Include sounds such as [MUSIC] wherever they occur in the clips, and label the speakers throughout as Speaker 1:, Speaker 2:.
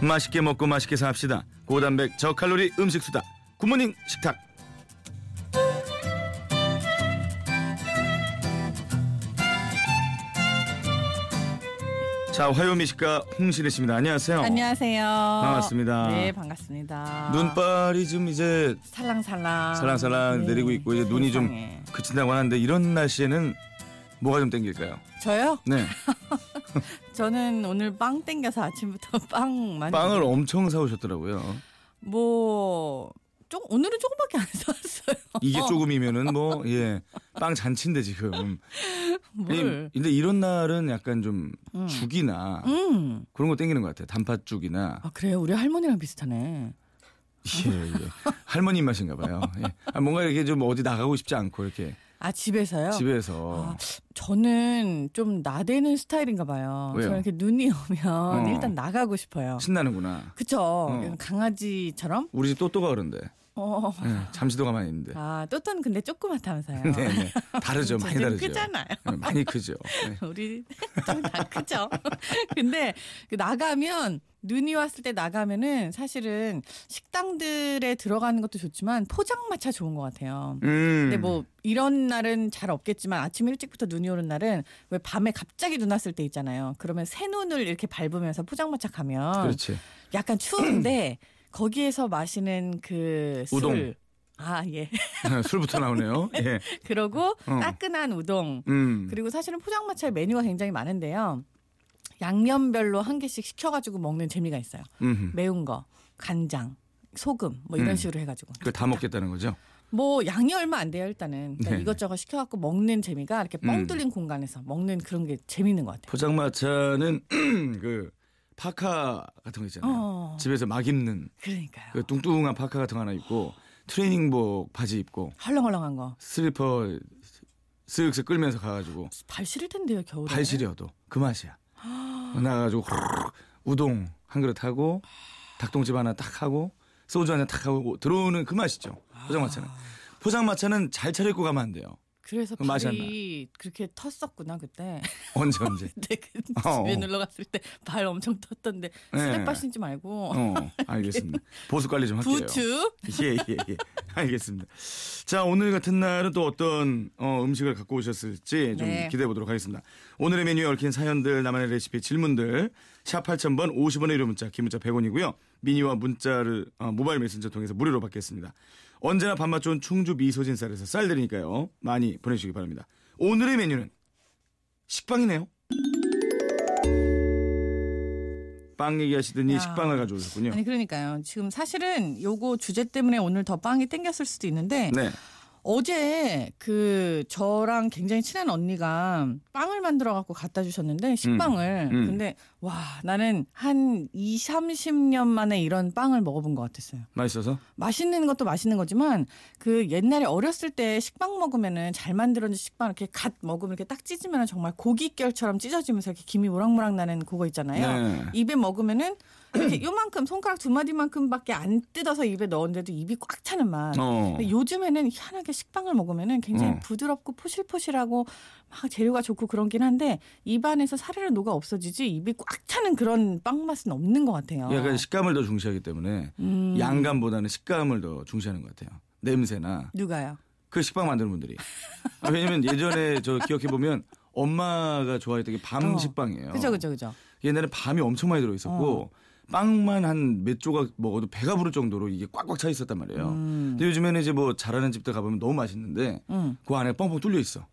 Speaker 1: 맛있게 먹고 맛있게 삽시다. 고단백 저칼로리 음식 수다. 굿모닝 식탁. 자 화요미식가 홍실혜 씨입니다. 안녕하세요.
Speaker 2: 안녕하세요.
Speaker 1: 어. 반갑습니다.
Speaker 2: 네, 반갑습니다.
Speaker 1: 눈발이 좀 이제
Speaker 2: 살랑살랑 네,
Speaker 1: 살랑살랑 내리고 있고 이제 눈이 좀
Speaker 2: 세상에.
Speaker 1: 그친다고 하는데 이런 날씨에는 뭐가 좀 땡길까요?
Speaker 2: 저요?
Speaker 1: 네,
Speaker 2: 저는 오늘 빵 땡겨서 아침부터 [LAUGHS] 빵 많이
Speaker 1: 빵을 엄청 사오셨더라고요.
Speaker 2: 뭐 조, 오늘은 조금밖에 안 사왔어요. [LAUGHS]
Speaker 1: 이게 조금이면은 뭐 예, 빵 잔치인데 지금.
Speaker 2: 뭘?
Speaker 1: 이- 근데 이런 날은 약간 좀
Speaker 2: 음.
Speaker 1: 죽이나
Speaker 2: 음.
Speaker 1: 그런 거 땡기는 것 같아요. 단팥죽이나
Speaker 2: 아 그래요. 우리 할머니랑 비슷하네.
Speaker 1: [LAUGHS] 예, 예. 할머니 맛인가 봐요. 예. 아, 뭔가 이렇게 좀 어디 나가고 싶지 않고 이렇게
Speaker 2: 아 집에서요?
Speaker 1: 집에서
Speaker 2: 아, 저는 좀 나대는 스타일인가 봐요.
Speaker 1: 왜요?
Speaker 2: 저는 이렇게 눈이 오면
Speaker 1: 어.
Speaker 2: 일단 나가고 싶어요.
Speaker 1: 신나는구나.
Speaker 2: 그쵸?
Speaker 1: 어.
Speaker 2: 강아지처럼?
Speaker 1: 우리 집 또또가 그런데
Speaker 2: 어.
Speaker 1: 예, 잠시도 가만히 있는데.
Speaker 2: 아, 또또는 근데 조그맣다면서요.
Speaker 1: 네, 네. 다르죠, 많이
Speaker 2: 저좀
Speaker 1: 다르죠.
Speaker 2: 크잖아요. [LAUGHS]
Speaker 1: 예, 많이 크죠. 예.
Speaker 2: 우리 좀 다 크죠. [LAUGHS] 근데 그 나가면 눈이 왔을 때 나가면은 사실은 식당들에 들어가는 것도 좋지만 포장마차 좋은 것 같아요.
Speaker 1: 음.
Speaker 2: 근데 뭐 이런 날은 잘 없겠지만 아침 일찍부터 눈이 오는 날은 왜 밤에 갑자기 눈 왔을 때 있잖아요. 그러면 새 눈을 이렇게 밟으면서 포장마차 가면
Speaker 1: 그렇지.
Speaker 2: 약간 추운데 [CLEARS THROAT] 거기에서 마시는 그 술.
Speaker 1: 우동.
Speaker 2: 아, 예. [LAUGHS]
Speaker 1: 술부터 나오네요. 예.
Speaker 2: 그러고
Speaker 1: 어.
Speaker 2: 따끈한 우동.
Speaker 1: 음.
Speaker 2: 그리고 사실은 포장마차의 메뉴가 굉장히 많은데요. 양념별로 한 개씩 시켜가지고 먹는 재미가 있어요.
Speaker 1: 음.
Speaker 2: 매운 거, 간장, 소금 뭐 이런
Speaker 1: 음.
Speaker 2: 식으로 해가지고.
Speaker 1: 그거 다 먹겠다는 거죠?
Speaker 2: 뭐 양이 얼마 안 돼요 일단은. 그러니까
Speaker 1: 네.
Speaker 2: 이것저것 시켜갖고 먹는 재미가 이렇게 뻥
Speaker 1: 음.
Speaker 2: 뚫린 공간에서 먹는 그런 게 재밌는 것 같아요.
Speaker 1: 포장마차는 [CLEARS THROAT] 그 파카 같은 거 있잖아요.
Speaker 2: 어,
Speaker 1: 집에서 막 입는
Speaker 2: 그러니까요.
Speaker 1: 네. 그 뚱뚱한 파카 같은 거 하나 입고 트레이닝복 바지 입고
Speaker 2: 헐렁헐렁한 거.
Speaker 1: 슬리퍼 쓱쓱 끌면서 가가지고
Speaker 2: 발 시릴 텐데요 겨울에.
Speaker 1: 발 시려도 그 맛이야. 나가가지고 후루룩 우동 한 그릇 하고 닭똥집 하나 딱 하고 소주 하나 딱 하고 들어오는 그 맛이죠. 포장마차는 포장마차는 잘 차려입고 가면 안 돼요.
Speaker 2: 그래서
Speaker 1: 그럼 맛이 안
Speaker 2: 발이 그렇게 텄었구나 그때. [LAUGHS]
Speaker 1: 언제 언제.
Speaker 2: 그때 그
Speaker 1: 어,
Speaker 2: 집에
Speaker 1: 어.
Speaker 2: 놀러 갔을 때 발 엄청 텄던데
Speaker 1: 네.
Speaker 2: 스냅발 신지 말고
Speaker 1: 어 알겠습니다. 보수 관리 좀 할게요.
Speaker 2: 부츠.
Speaker 1: [LAUGHS] 예예예 예. 알겠습니다. 자 오늘 같은 날은 또 어떤 어, 음식을 갖고 오셨을지 좀
Speaker 2: 네.
Speaker 1: 기대해 보도록 하겠습니다. 오늘의 메뉴에 얽힌 사연들 나만의 레시피 질문들 샵 8000번 50원의 유료 문자 긴 문자 100원이고요. 미니와 문자를 아, 모바일 메신저 통해서 무료로 받겠습니다. 언제나 밥맛 좋은 충주 미소진 쌀에서 쌀 드리니까요. 많이 보내주시기 바랍니다. 오늘의 메뉴는 식빵이네요. 빵 얘기하시더니
Speaker 2: 야.
Speaker 1: 식빵을 가져오셨군요.
Speaker 2: 아니 그러니까요. 지금 사실은 요거 주제 때문에 오늘 더 빵이 땡겼을 수도 있는데
Speaker 1: 네.
Speaker 2: 어제 그 저랑 굉장히 친한 언니가 빵을 만들어 갖고 갖다 주셨는데 식빵을.
Speaker 1: 음.
Speaker 2: 근데 와 나는 한 2, 30년 만에 이런 빵을 먹어본 것 같았어요.
Speaker 1: 맛있어서?
Speaker 2: 맛있는 것도 맛있는 거지만 그 옛날에 어렸을 때 식빵 먹으면은 잘 만들어진 식빵 이렇게 갓 먹으면 이렇게 딱 찢으면 정말 고깃결처럼 찢어지면서 이렇게 김이 모락모락 나는 그거 있잖아요.
Speaker 1: 네.
Speaker 2: 입에 먹으면은 이렇게 [CLEARS THROAT] 요만큼 손가락 두 마디만큼밖에 안 뜯어서 입에 넣었는데도 입이 꽉 차는 맛.
Speaker 1: 어.
Speaker 2: 근데 요즘에는 희한하게 식빵을 먹으면은 굉장히
Speaker 1: 어.
Speaker 2: 부드럽고 포실포실하고 막 재료가 좋고 그런긴 한데 입안에서 사르르 녹아 없어지지 입이 꽉 차는 그런 빵 맛은 없는 것 같아요.
Speaker 1: 약간 식감을 더 중시하기 때문에
Speaker 2: 음,
Speaker 1: 예, 양감보다는 식감을 더 중시하는 것 같아요. 냄새나
Speaker 2: 누가요?
Speaker 1: 그 식빵 만드는 분들이. 아, 왜냐면 예전에 저 기억해 보면 엄마가 좋아했던 게 밤
Speaker 2: 어.
Speaker 1: 식빵이에요.
Speaker 2: 그죠 그죠 그죠.
Speaker 1: 옛날에 밤이 엄청 많이 들어 있었고 빵만 한 몇 조각 먹어도 배가 부를 정도로 이게 꽉꽉 차 있었단 말이에요.
Speaker 2: 음.
Speaker 1: 근데 요즘에는 이제 뭐 잘하는 집들 가보면 너무 맛있는데
Speaker 2: 음.
Speaker 1: 그 안에 뻥뻥 뚫려 있어.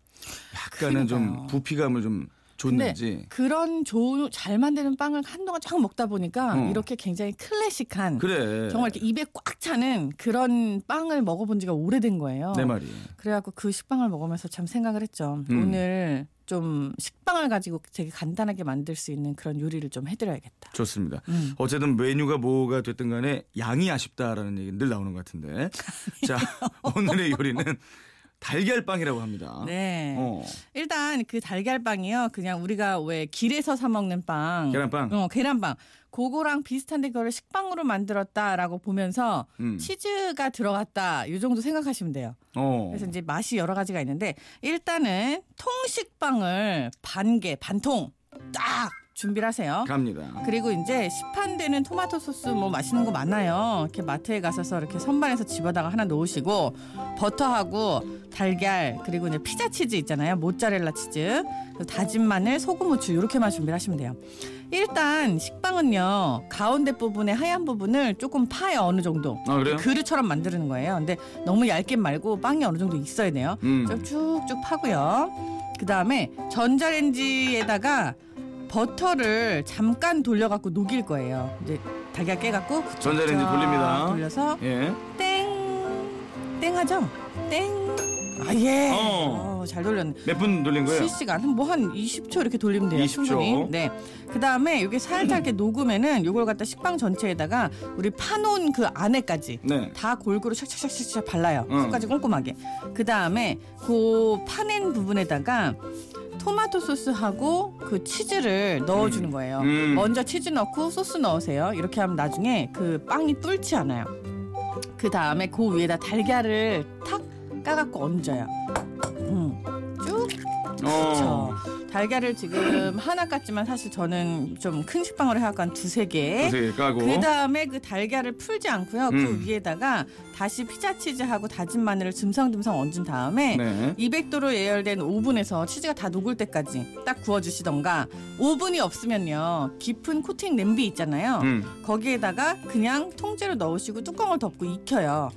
Speaker 1: 약간은 좀
Speaker 2: 그러니까요.
Speaker 1: 부피감을 좀
Speaker 2: 근데
Speaker 1: 줬는지.
Speaker 2: 그런 좋은 잘 만드는 빵을 한동안 쫙 먹다 보니까
Speaker 1: 어.
Speaker 2: 이렇게 굉장히 클래식한
Speaker 1: 그래.
Speaker 2: 음, 정말 이렇게 입에 꽉 차는 그런 빵을 먹어본 지가 오래된 거예요.
Speaker 1: 내 말이.
Speaker 2: 그래갖고 그 식빵을 먹으면서 참 생각을 했죠.
Speaker 1: 네, 음.
Speaker 2: 오늘 좀 식빵을 가지고 되게 간단하게 만들 수 있는 그런 요리를 좀 해드려야겠다.
Speaker 1: 좋습니다.
Speaker 2: 음.
Speaker 1: 어쨌든 메뉴가 뭐가 됐든 간에 양이 아쉽다라는 얘기는 늘 나오는 것
Speaker 2: [LAUGHS]
Speaker 1: 같은데. 자, 오늘의 요리는 달걀빵이라고 합니다.
Speaker 2: 네.
Speaker 1: 어,
Speaker 2: 일단 그 달걀빵이요. 그냥 우리가 왜 길에서 사 먹는 빵.
Speaker 1: 계란빵.
Speaker 2: 어, 계란빵. 그거랑 비슷한데 그거를 식빵으로 만들었다라고 보면서
Speaker 1: 음.
Speaker 2: 치즈가 들어갔다. 요 정도 생각하시면 돼요.
Speaker 1: 어.
Speaker 2: 그래서 이제 맛이 여러 가지가 있는데 일단은 통식빵을 반 개, 반통 딱 준비를 하세요.
Speaker 1: 갑니다.
Speaker 2: 그리고 이제 시판되는 토마토 소스 뭐 맛있는 거 많아요. 이렇게 마트에 가셔서 이렇게 선반에서 집어다가 하나 넣으시고 버터하고 달걀 그리고 이제 피자 치즈 있잖아요. 모짜렐라 치즈, 그리고 다진 마늘, 소금, 후추 이렇게만 준비를 하시면 돼요. 일단 식빵은요 가운데 부분에 하얀 부분을 조금 파요 어느 정도
Speaker 1: 아 그래요?
Speaker 2: 그릇처럼 만드는 거예요. 근데 너무 얇게 말고 빵이 어느 정도 있어야 돼요.
Speaker 1: 음.
Speaker 2: 좀 쭉쭉 파고요. 그 다음에 전자레인지에다가 버터를 잠깐 돌려갖고 녹일 거예요. 이제 달걀 깨갖고 그쪽
Speaker 1: 전자레인지
Speaker 2: 쫙
Speaker 1: 돌립니다.
Speaker 2: 돌려서
Speaker 1: 예.
Speaker 2: 땡 땡하죠. 땡. 아 예.
Speaker 1: 어.
Speaker 2: 어, 잘 돌렸네.
Speaker 1: 몇 분 돌린 거예요?
Speaker 2: 실시간 뭐한 20초 이렇게 돌리면 돼요.
Speaker 1: 20초.
Speaker 2: 충분히. 네. 그다음에 이게 살짝 이렇게 녹으면은 요걸 갖다 식빵 전체에다가 우리 파놓은 그 안에까지
Speaker 1: 네.
Speaker 2: 다 골고루 착착착착착 발라요.
Speaker 1: 응.
Speaker 2: 끝까지 꼼꼼하게. 그 다음에 그 파낸 부분에다가 토마토 소스하고 그 치즈를 넣어주는 거예요.
Speaker 1: 음.
Speaker 2: 먼저 치즈 넣고 소스 넣으세요. 이렇게 하면 나중에 그 빵이 뚫지 않아요. 그 다음에 그 위에다 달걀을 탁 까갖고 얹어요. 음. 쭉
Speaker 1: 어.
Speaker 2: 그쵸. 달걀을 지금 하나 깠지만 사실 저는 좀 큰 식빵으로 해갖고 한 두세 개.
Speaker 1: 그래서 이렇게 까고.
Speaker 2: 그 다음에 그 달걀을 풀지 않고요.
Speaker 1: 음.
Speaker 2: 그 위에다가 다시 피자 치즈하고 다진 마늘을 듬성듬성 얹은 다음에
Speaker 1: 네.
Speaker 2: 200도로 예열된 오븐에서 치즈가 다 녹을 때까지 딱 구워주시던가 오븐이 없으면요 깊은 코팅 냄비 있잖아요.
Speaker 1: 음.
Speaker 2: 거기에다가 그냥 통째로 넣으시고 뚜껑을 덮고 익혀요.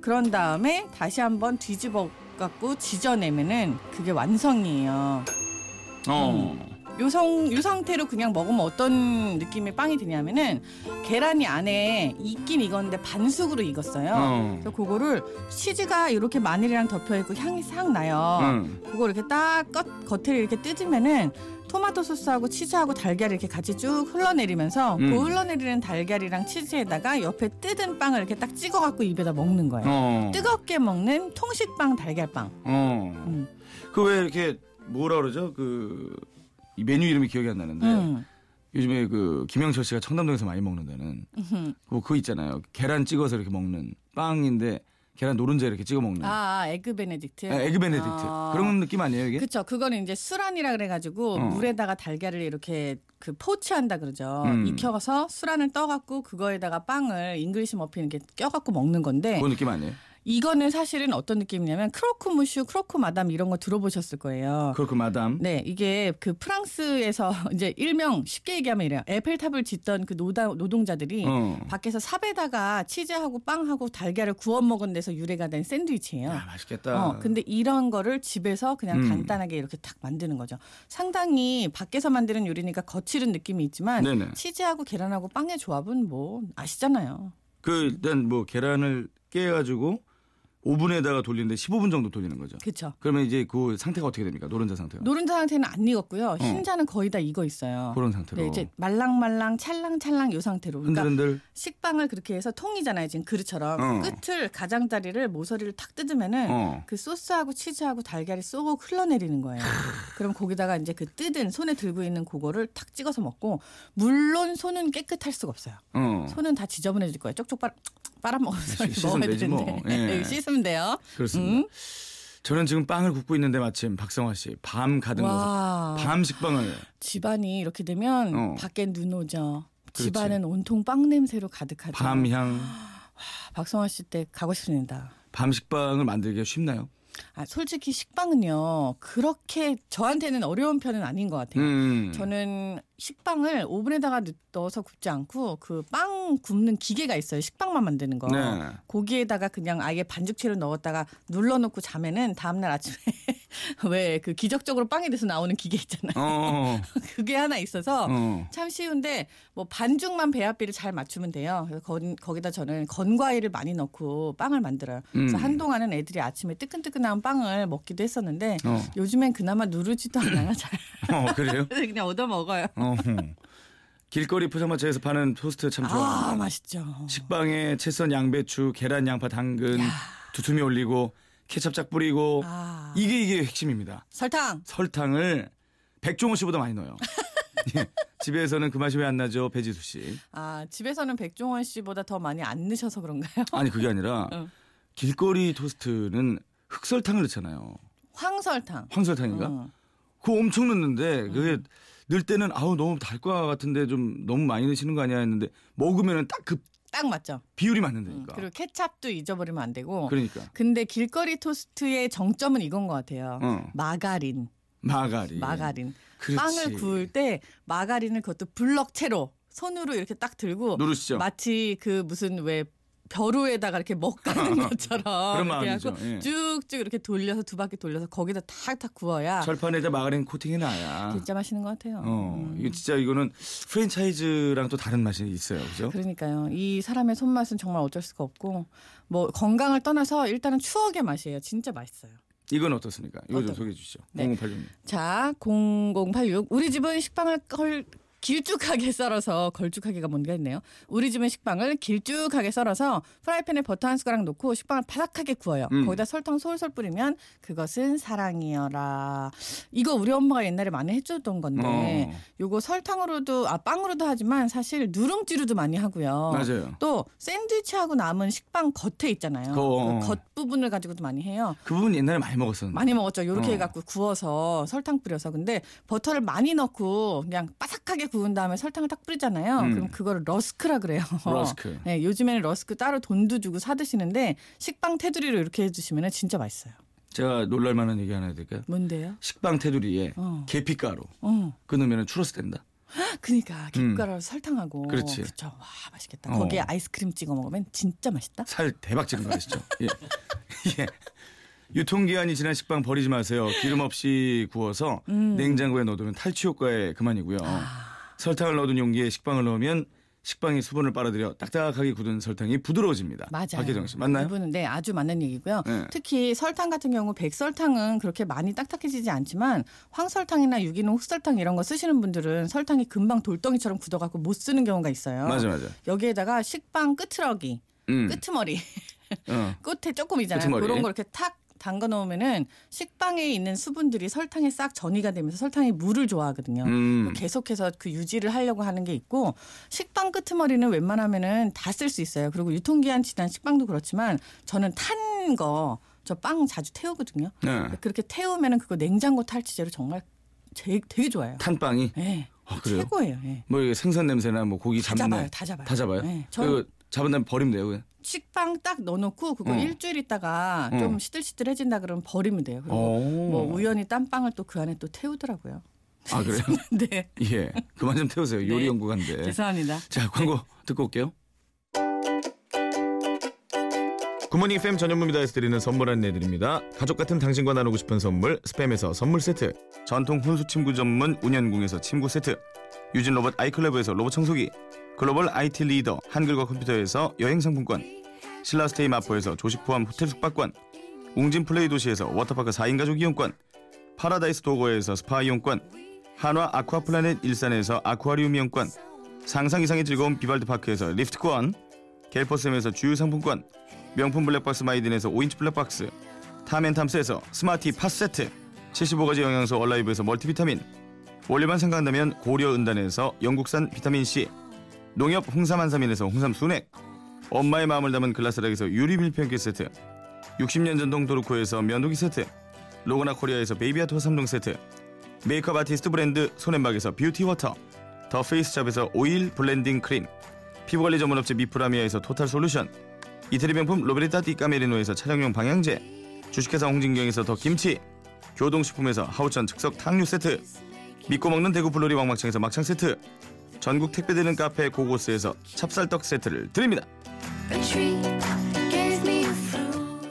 Speaker 2: 그런 다음에 다시 한번 뒤집어 갖고 지져내면은 그게 완성이에요. 음.
Speaker 1: 어.
Speaker 2: 요성 요 상태로 그냥 먹으면 어떤 느낌의 빵이 드냐면은 계란이 안에 익긴 익었는데 반숙으로 익었어요.
Speaker 1: 어.
Speaker 2: 그래서 그거를 치즈가 이렇게 마늘이랑 덮여 있고 향이 싹 나요.
Speaker 1: 음.
Speaker 2: 그거 이렇게 딱 겉, 겉을 이렇게 뜯으면은 토마토 소스하고 치즈하고 달걀 이렇게 같이 쭉 흘러내리면서
Speaker 1: 음.
Speaker 2: 그 흘러내리는 달걀이랑 치즈에다가 옆에 뜯은 빵을 이렇게 딱 찍어갖고 입에다 먹는 거예요.
Speaker 1: 어.
Speaker 2: 뜨겁게 먹는 통식빵 달걀빵.
Speaker 1: 어.
Speaker 2: 음.
Speaker 1: 그 왜 이렇게 뭐라 그러죠? 그. 이 메뉴 이름이 기억이 안 나는데
Speaker 2: 음. [LAUGHS]
Speaker 1: 요즘에 그 김영철 씨가 청담동에서 많이 먹는다는 뭐 그거 있잖아요 계란 찍어서 이렇게 먹는 빵인데 계란 노른자 이렇게 찍어 먹는
Speaker 2: 아, 아, 에그 베네딕트.
Speaker 1: 아, 에그 베네딕트
Speaker 2: 아.
Speaker 1: 그런 느낌 아니에요 이게?
Speaker 2: 그쵸. 그거는 이제 수란이라 그래가지고
Speaker 1: 어.
Speaker 2: 물에다가 달걀을 이렇게 그 포치한다 그러죠.
Speaker 1: 음.
Speaker 2: 익혀서 수란을 떠갖고 그거에다가 빵을 잉글리시 머핀 이렇게 껴갖고 먹는 건데
Speaker 1: 그 느낌 아니에요?
Speaker 2: 이거는 사실은 어떤 느낌이냐면 크로크 무슈, 크로크 마담 이런 거 들어보셨을 거예요.
Speaker 1: 그렇고 마담
Speaker 2: 네, 이게 그 프랑스에서 [LAUGHS] 이제 일명 쉽게 얘기하면 이래요. 에펠탑을 짓던 그 노다, 노동자들이
Speaker 1: 어.
Speaker 2: 밖에서 삽에다가 치즈하고 빵하고 달걀을 구워 먹은 데서 유래가 된 샌드위치예요.
Speaker 1: 야, 맛있겠다.
Speaker 2: 네, 어, 근데 이런 거를 집에서 그냥
Speaker 1: 음.
Speaker 2: 간단하게 이렇게 탁 만드는 거죠. 상당히 밖에서 만드는 요리니까 거칠은 느낌이 있지만
Speaker 1: 네네.
Speaker 2: 치즈하고 계란하고 빵의 조합은 뭐 아시잖아요.
Speaker 1: 그 일단 뭐 계란을 깨가지고 오븐에다가 돌리는데 15분 정도 돌리는 거죠.
Speaker 2: 그렇죠.
Speaker 1: 그러면 이제 그 상태가 어떻게 됩니까? 노른자 상태가
Speaker 2: 노른자 상태는 안 익었고요. 흰자는 거의 다 익어 있어요.
Speaker 1: 어. 그런 상태로
Speaker 2: 네, 이제 말랑말랑 찰랑찰랑 요 상태로. 그러니까
Speaker 1: 흔들흔들
Speaker 2: 식빵을 그렇게 해서 통이잖아요. 지금
Speaker 1: 어.
Speaker 2: 그릇처럼 끝을 가장자리를 모서리를 탁 뜯으면은
Speaker 1: 어.
Speaker 2: 그 소스하고 치즈하고 달걀이 쏘고 흘러내리는 거예요. 그럼 거기다가 이제 그 뜯은 손에 들고 있는 그거를 탁 찍어서 먹고 물론 손은 깨끗할 수가 없어요.
Speaker 1: 어.
Speaker 2: 손은 다 지저분해질 거예요. 쪽쪽 빨아 빨아먹어서 이렇게
Speaker 1: 씻으면
Speaker 2: 먹어야
Speaker 1: 되지 뭐.
Speaker 2: 되는데
Speaker 1: 예.
Speaker 2: [LAUGHS] 씻으면 돼요.
Speaker 1: 그렇습니다.
Speaker 2: 음.
Speaker 1: 저는 지금 빵을 굽고 있는데 마침 박성화 씨 밤 가득 넣어서
Speaker 2: 와
Speaker 1: 밤 식빵을
Speaker 2: 집안이 이렇게 되면
Speaker 1: 어.
Speaker 2: 밖엔 눈 오죠.
Speaker 1: 그렇지.
Speaker 2: 집안은 온통 빵 냄새로 가득하죠.
Speaker 1: 밤향
Speaker 2: 박성화 씨 때 가고 싶습니다.
Speaker 1: 밤 식빵을 만들기가 쉽나요?
Speaker 2: 아, 솔직히 식빵은요 그렇게 저한테는 어려운 편은 아닌 것 같아요.
Speaker 1: 음.
Speaker 2: 저는 식빵을 오븐에다가 넣어서 굽지 않고 그 빵 굽는 기계가 있어요. 식빵만 만드는 거.
Speaker 1: 네.
Speaker 2: 고기에다가 그냥 아예 반죽채로 넣었다가 눌러놓고 자면은 다음날 아침에 [LAUGHS] 왜 그 기적적으로 빵이 돼서 나오는 기계 있잖아요. [LAUGHS]
Speaker 1: 어.
Speaker 2: 그게 하나 있어서
Speaker 1: 어.
Speaker 2: 참 쉬운데 뭐 반죽만 배합비를 잘 맞추면 돼요. 그래서 건- 거기다 저는 건과일을 많이 넣고 빵을 만들어요. 그래서
Speaker 1: 음.
Speaker 2: 한동안은 애들이 아침에 뜨끈뜨끈한 빵을 먹기도 했었는데
Speaker 1: 어.
Speaker 2: 요즘엔 그나마 누르지도 않아요. [LAUGHS] 잘
Speaker 1: 어, 그래요?
Speaker 2: 그냥 얻어 먹어요.
Speaker 1: 어. 길거리 포장마차에서 파는 토스트 참 좋아합니다.
Speaker 2: 아 맛있죠.
Speaker 1: 식빵에 채썬 양배추, 계란, 양파, 당근 두툼이 올리고 케첩 짝 뿌리고
Speaker 2: 아
Speaker 1: 이게 이게 핵심입니다.
Speaker 2: 설탕.
Speaker 1: 설탕을 백종원 씨보다 많이
Speaker 2: [LAUGHS]
Speaker 1: 넣어요. 예. 집에서는 그 맛이 왜 안 나죠, 배지수 씨?
Speaker 2: 아 집에서는 백종원 씨보다 더 많이 안 넣으셔서 그런가요? [LAUGHS]
Speaker 1: 아니 그게 아니라
Speaker 2: 응.
Speaker 1: 길거리 토스트는 흑설탕을 넣잖아요.
Speaker 2: 황설탕.
Speaker 1: 황설탕인가?
Speaker 2: 음.
Speaker 1: 그거 엄청 넣는데 그게 넣을 때는 아우 너무 달 것 같은데 좀 너무 많이 넣으시는 거 아니야 했는데 먹으면은 딱 그
Speaker 2: 딱 맞죠.
Speaker 1: 비율이
Speaker 2: 음,
Speaker 1: 맞는다니까.
Speaker 2: 그리고 케찹도 잊어버리면 안 되고.
Speaker 1: 아. 그러니까.
Speaker 2: 근데 길거리 토스트의 정점은 이건 것 같아요.
Speaker 1: 어.
Speaker 2: 마가린,
Speaker 1: 마가린.
Speaker 2: 마가린.
Speaker 1: 그렇지.
Speaker 2: 빵을 구울 때 마가린을 그것도 블럭채로 손으로 이렇게 딱 들고
Speaker 1: 누르시죠.
Speaker 2: 마치 그 무슨 왜 벼루에다가 이렇게 먹가는
Speaker 1: [LAUGHS]
Speaker 2: 것처럼
Speaker 1: 그런
Speaker 2: 이렇게
Speaker 1: 마음이죠.
Speaker 2: 하고
Speaker 1: 예.
Speaker 2: 쭉쭉 이렇게 돌려서 두 바퀴 돌려서 거기다 탁탁 구워야
Speaker 1: 철판에다 마가린 코팅해 놔야.
Speaker 2: 진짜 맛있는 것 같아요.
Speaker 1: 어,
Speaker 2: 음.
Speaker 1: 이거 진짜 이거는 프랜차이즈랑 또 다른 맛이 있어요, 그죠?
Speaker 2: 그렇죠. 그러니까요. 이 사람의 손맛은 정말 어쩔 수가 없고 뭐 건강을 떠나서 일단은 추억의 맛이에요. 진짜 맛있어요.
Speaker 1: 이건 어떻습니까? 이거 좀
Speaker 2: 어떤-
Speaker 1: 소개해 주시죠.
Speaker 2: 네.
Speaker 1: 0086님.
Speaker 2: 자, 0086. 우리 집은 식빵을 걸 길쭉하게 썰어서 걸쭉하게가 뭔가 있네요. 우리 집은 식빵을 길쭉하게 썰어서 프라이팬에 버터 한 숟가락 넣고 식빵을 바삭하게 구워요.
Speaker 1: 음.
Speaker 2: 거기다 설탕 솔솔 뿌리면 그것은 사랑이여라. 이거 우리 엄마가 옛날에 많이 해줬던 건데
Speaker 1: 어,
Speaker 2: 요거 설탕으로도 아 빵으로도 하지만 사실 누룽지로도 많이 하고요.
Speaker 1: 맞아요.
Speaker 2: 또 샌드위치하고 남은 식빵 겉에 있잖아요.
Speaker 1: 거- 어.
Speaker 2: 그 겉 부분을 가지고도 많이 해요.
Speaker 1: 그 부분 옛날에 많이 먹었었는데.
Speaker 2: 많이 먹었죠. 요렇게
Speaker 1: 어.
Speaker 2: 해갖고 구워서 설탕 뿌려서 근데 버터를 많이 넣고 그냥 바삭하게 구운 다음에 설탕을 딱 뿌리잖아요.
Speaker 1: 음.
Speaker 2: 그럼 그거를 러스크라 그래요.
Speaker 1: [LAUGHS] 러스크.
Speaker 2: 네, 요즘에는 러스크 따로 돈도 주고 사 드시는데 식빵 테두리로 이렇게 해주시면 진짜 맛있어요.
Speaker 1: 제가 놀랄 만한 얘기 하나 해드릴까요?
Speaker 2: 뭔데요?
Speaker 1: 식빵 테두리에
Speaker 2: 어,
Speaker 1: 계피가루
Speaker 2: 어,
Speaker 1: 끊으면 추러스 된다.
Speaker 2: [GASPS] 그러니까 김가루 설탕하고,
Speaker 1: 음. 그렇지.
Speaker 2: 그쵸. 와 맛있겠다.
Speaker 1: 어.
Speaker 2: 거기에 아이스크림 찍어 먹으면 진짜 맛있다.
Speaker 1: 살 대박 찌는 거 아시죠? 예. [LAUGHS] 예. 유통기한이 지난 식빵 버리지 마세요. 기름 없이 구워서
Speaker 2: 음. 아.
Speaker 1: 냉장고에 넣어두면 탈취 효과에 그만이고요. 설탕을 넣어둔 용기에 식빵을 넣으면 식빵이 수분을 빨아들여 딱딱하게 굳은 설탕이 부드러워집니다.
Speaker 2: 맞아요.
Speaker 1: 박혜정 씨 맞나요?
Speaker 2: 이분은 네 아주 맞는 얘기고요.
Speaker 1: 네.
Speaker 2: 특히 설탕 같은 경우 백설탕은 그렇게 많이 딱딱해지지 않지만 황설탕이나 유기농 흑설탕 이런 거 쓰시는 분들은 설탕이 금방 돌덩이처럼 굳어갖고 못 쓰는 경우가 있어요.
Speaker 1: 맞아 맞아.
Speaker 2: 여기에다가 식빵 끄트러기,
Speaker 1: 음.
Speaker 2: 끄트머리, [LAUGHS]
Speaker 1: 어.
Speaker 2: 끝에 조금이잖아요.
Speaker 1: 끄트머리.
Speaker 2: 그런 거 이렇게 탁 담가 놓으면은 식빵에 있는 수분들이 설탕에 싹 전이가 되면서 설탕이 물을 좋아하거든요.
Speaker 1: 음.
Speaker 2: 계속해서 그 유지를 하려고 하는 게 있고 식빵 끄트머리는 웬만하면은 다 쓸 수 있어요. 그리고 유통기한 지난 식빵도 그렇지만 저는 탄 거 저 빵 자주 태우거든요.
Speaker 1: 네.
Speaker 2: 그렇게 태우면은 그거 냉장고 탈취제로 정말 제, 되게 좋아요.
Speaker 1: 탄빵이
Speaker 2: 예.
Speaker 1: 아, 그래요?
Speaker 2: 최고예요. 예.
Speaker 1: 뭐 이게 생선 냄새나 뭐 고기
Speaker 2: 다
Speaker 1: 잡는
Speaker 2: 잡아요.
Speaker 1: 냄새
Speaker 2: 다 잡아요.
Speaker 1: 다 잡아요.
Speaker 2: 네, 저는-
Speaker 1: 그 잡은 다음에 버리면 돼요. 그냥?
Speaker 2: 식빵 딱 넣어놓고 그거
Speaker 1: 어.
Speaker 2: 일주일 있다가 좀
Speaker 1: 어.
Speaker 2: 시들시들해진다 그러면 버리면 돼요. 그리고
Speaker 1: 오.
Speaker 2: 뭐 우연히 딴 빵을 또 그 안에 또 태우더라고요.
Speaker 1: 아 그래요?
Speaker 2: [LAUGHS] 네.
Speaker 1: 예. 그만 좀 태우세요. 요리
Speaker 2: 네.
Speaker 1: 연구가인데.
Speaker 2: 죄송합니다.
Speaker 1: 자 광고 듣고 올게요. 굿모닝 FM 전현무입니다에서 드리는 선물 안내드립니다. 가족 같은 당신과 나누고 싶은 선물 스팸에서 선물 세트, 전통 훈수 침구 전문 운현궁에서 침구 세트, 유진 로봇 아이클레브에서 로봇 청소기, 글로벌 IT 리더 한글과 컴퓨터에서 여행 상품권, 신라스테이 마포에서 조식 포함 호텔 숙박권, 웅진 플레이 도시에서 워터파크 4인 가족 이용권, 파라다이스 도고에서 스파 이용권, 한화 아쿠아플라넷 일산에서 아쿠아리움 이용권, 상상 이상의 즐거움 비발드 파크에서 리프트권, 갤퍼스엠에서 주유 상품권, 명품 블랙박스 마이딘에서 5인치 블랙박스, 탐앤탐스에서 스마티 팟세트, 75가지 영양소 얼라이브에서 멀티비타민, 원료만 생각한다면 고려은단에서 영국산 비타민C, 농협 홍삼한삼인에서 홍삼순액, 엄마의 마음을 담은 글라스락에서 유리 밀폐용기 세트, 60년 전통 도르코에서 면도기 세트, 로고나 코리아에서 베이비아토 3종 세트, 메이크업 아티스트 브랜드 손앤박에서 뷰티 워터, 더 페이스샵에서 오일 블렌딩 크림, 피부관리 전문업체 미프라미아에서 토탈 솔루션, 이태리 명품 로베르타 디카메리노에서 차량용 방향제 주식회사 홍진경에서 더 김치 교동식품에서 하우천 즉석 탕류 세트 믿고 먹는 대구 불놀이 왕막창에서 막창 세트 전국 택배되는 카페 고고스에서 찹쌀떡 세트를 드립니다
Speaker 3: A tree gave me a fruit.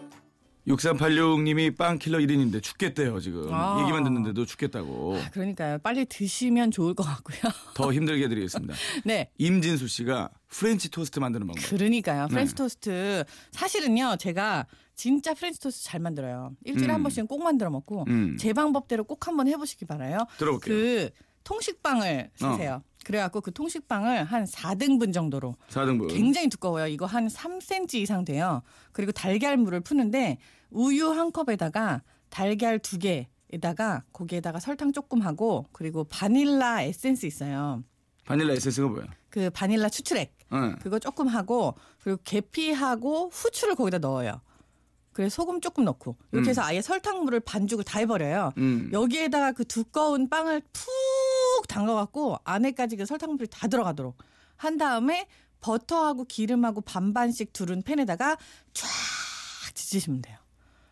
Speaker 1: 6386님이 빵킬러 1인인데 죽겠대요 지금
Speaker 2: 아.
Speaker 1: 얘기만 듣는데도 죽겠다고
Speaker 2: 그러니까요. 빨리 드시면 좋을 것 같고요. [LAUGHS]
Speaker 1: 더 힘들게 드리겠습니다
Speaker 2: 네.
Speaker 1: 임진수 씨가 프렌치 토스트 만드는 방법
Speaker 2: 그러니까요.
Speaker 1: 네.
Speaker 2: 프렌치 토스트 사실은요 제가 진짜 프렌치 토스트 잘 만들어요. 일주일에
Speaker 1: 음.
Speaker 2: 한 번씩은 꼭 만들어 먹고
Speaker 1: 음,
Speaker 2: 제 방법대로 꼭 한번 해보시기 바라요.
Speaker 1: 들어볼게요 어.
Speaker 2: 그 통식빵을 쓰세요. 그래갖고 그 통식빵을 한 4등분 정도로
Speaker 1: 4등분
Speaker 2: 굉장히 두꺼워요. 이거 한 3cm 이상 돼요. 그리고 달걀물을 푸는데 우유 한 컵에다가 달걀 두 개에다가 거기에다가 설탕 조금 하고 그리고 바닐라 에센스 있어요.
Speaker 1: 바닐라 에센스가 뭐야 어,
Speaker 2: 그 바닐라 추출액
Speaker 1: 응.
Speaker 2: 그거 조금 하고 그리고 계피하고 후추를 거기다 넣어요. 그래서 소금 조금 넣고 이렇게
Speaker 1: 음.
Speaker 2: 해서 아예 설탕물을 반죽을 다 해버려요.
Speaker 1: 음.
Speaker 2: 여기에다가 그 두꺼운 빵을 푹 담가갖고 안에까지 그 설탕물이 다 들어가도록 한 다음에 버터하고 기름하고 반반씩 두른 팬에다가 쫙 지지시면 돼요.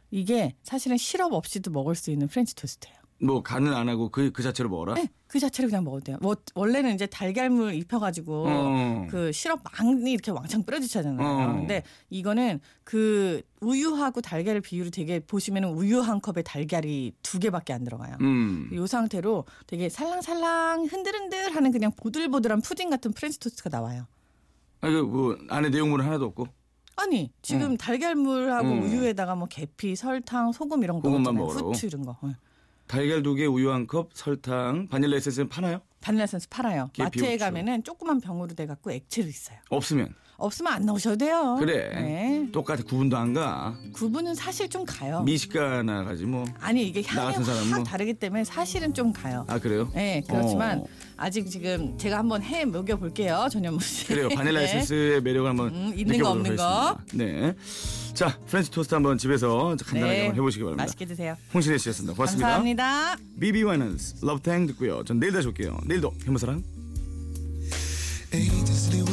Speaker 2: 이게 사실은 시럽 없이도 먹을 수 있는 프렌치 토스트예요.
Speaker 1: 뭐 간을 안 하고 그, 그 자체로 먹어라?
Speaker 2: 네, 그 자체를 그냥 먹어도 돼요. 뭐, 원래는 이제 달걀물 입혀가지고
Speaker 1: 어.
Speaker 2: 그 시럽 많이 이렇게 왕창 뿌려주잖아요.
Speaker 1: 어.
Speaker 2: 근데 이거는 그 우유하고 달걀 비율이 되게 보시면은 우유 한 컵에 달걀이 두 개밖에 안 들어가요.
Speaker 1: 음.
Speaker 2: 요 상태로 되게 살랑살랑 흔들흔들 하는 그냥 보들보들한 푸딩 같은 프렌치 토스트가 나와요.
Speaker 1: 아니, 그, 뭐, 안에 내용물은 하나도 없고,
Speaker 2: 아니 지금 달걀물하고
Speaker 1: 음.
Speaker 2: 우유에다가 뭐 계피, 설탕, 소금 이런 거
Speaker 1: 그것만
Speaker 2: 넣었잖아요.
Speaker 1: 먹으라고?
Speaker 2: 후추 이런 거. 어.
Speaker 1: 달걀 두 개, 우유 한 컵, 설탕, 마닐라 에센스는 파나요?
Speaker 2: 바닐라 에센스 팔아요.
Speaker 1: 계피,
Speaker 2: 마트에
Speaker 1: 후추.
Speaker 2: 가면은 조그만 병으로 돼 갖고 액체로 있어요.
Speaker 1: 없으면.
Speaker 2: 없으면 안 넣으셔도 돼요.
Speaker 1: 그래.
Speaker 2: 네.
Speaker 1: 똑같아, 구분도 안 가.
Speaker 2: 구분은 사실 좀 가요.
Speaker 1: 미식가 나가지 뭐.
Speaker 2: 아니 이게
Speaker 1: 나
Speaker 2: 향이
Speaker 1: 같은 사람은
Speaker 2: 확
Speaker 1: 뭐.
Speaker 2: 다르기 때문에 사실은 좀 가요.
Speaker 1: 아, 그래요?
Speaker 2: 네, 그렇지만
Speaker 1: 어.
Speaker 2: 아직 지금 제가 한번 해 먹여 볼게요. 전현무 씨.
Speaker 1: 그래요. 바닐라
Speaker 2: [LAUGHS] 네.
Speaker 1: 에센스의 매력을 한번
Speaker 2: 음, 있는
Speaker 1: 느껴보도록
Speaker 2: 거 없는 거.
Speaker 1: 하겠습니다. 네. 자, 프렌치 토스트 한번 집에서 간단하게
Speaker 2: 네.
Speaker 1: 한번 해보시기 바랍니다.
Speaker 2: 맛있게 드세요.
Speaker 1: 홍신혜 씨였습니다. 고맙습니다.
Speaker 2: 감사합니다.
Speaker 1: 비비 와이너스 러브탱 듣고요. 전 내일 다시 올게요. 내일도 해무사랑
Speaker 4: ages they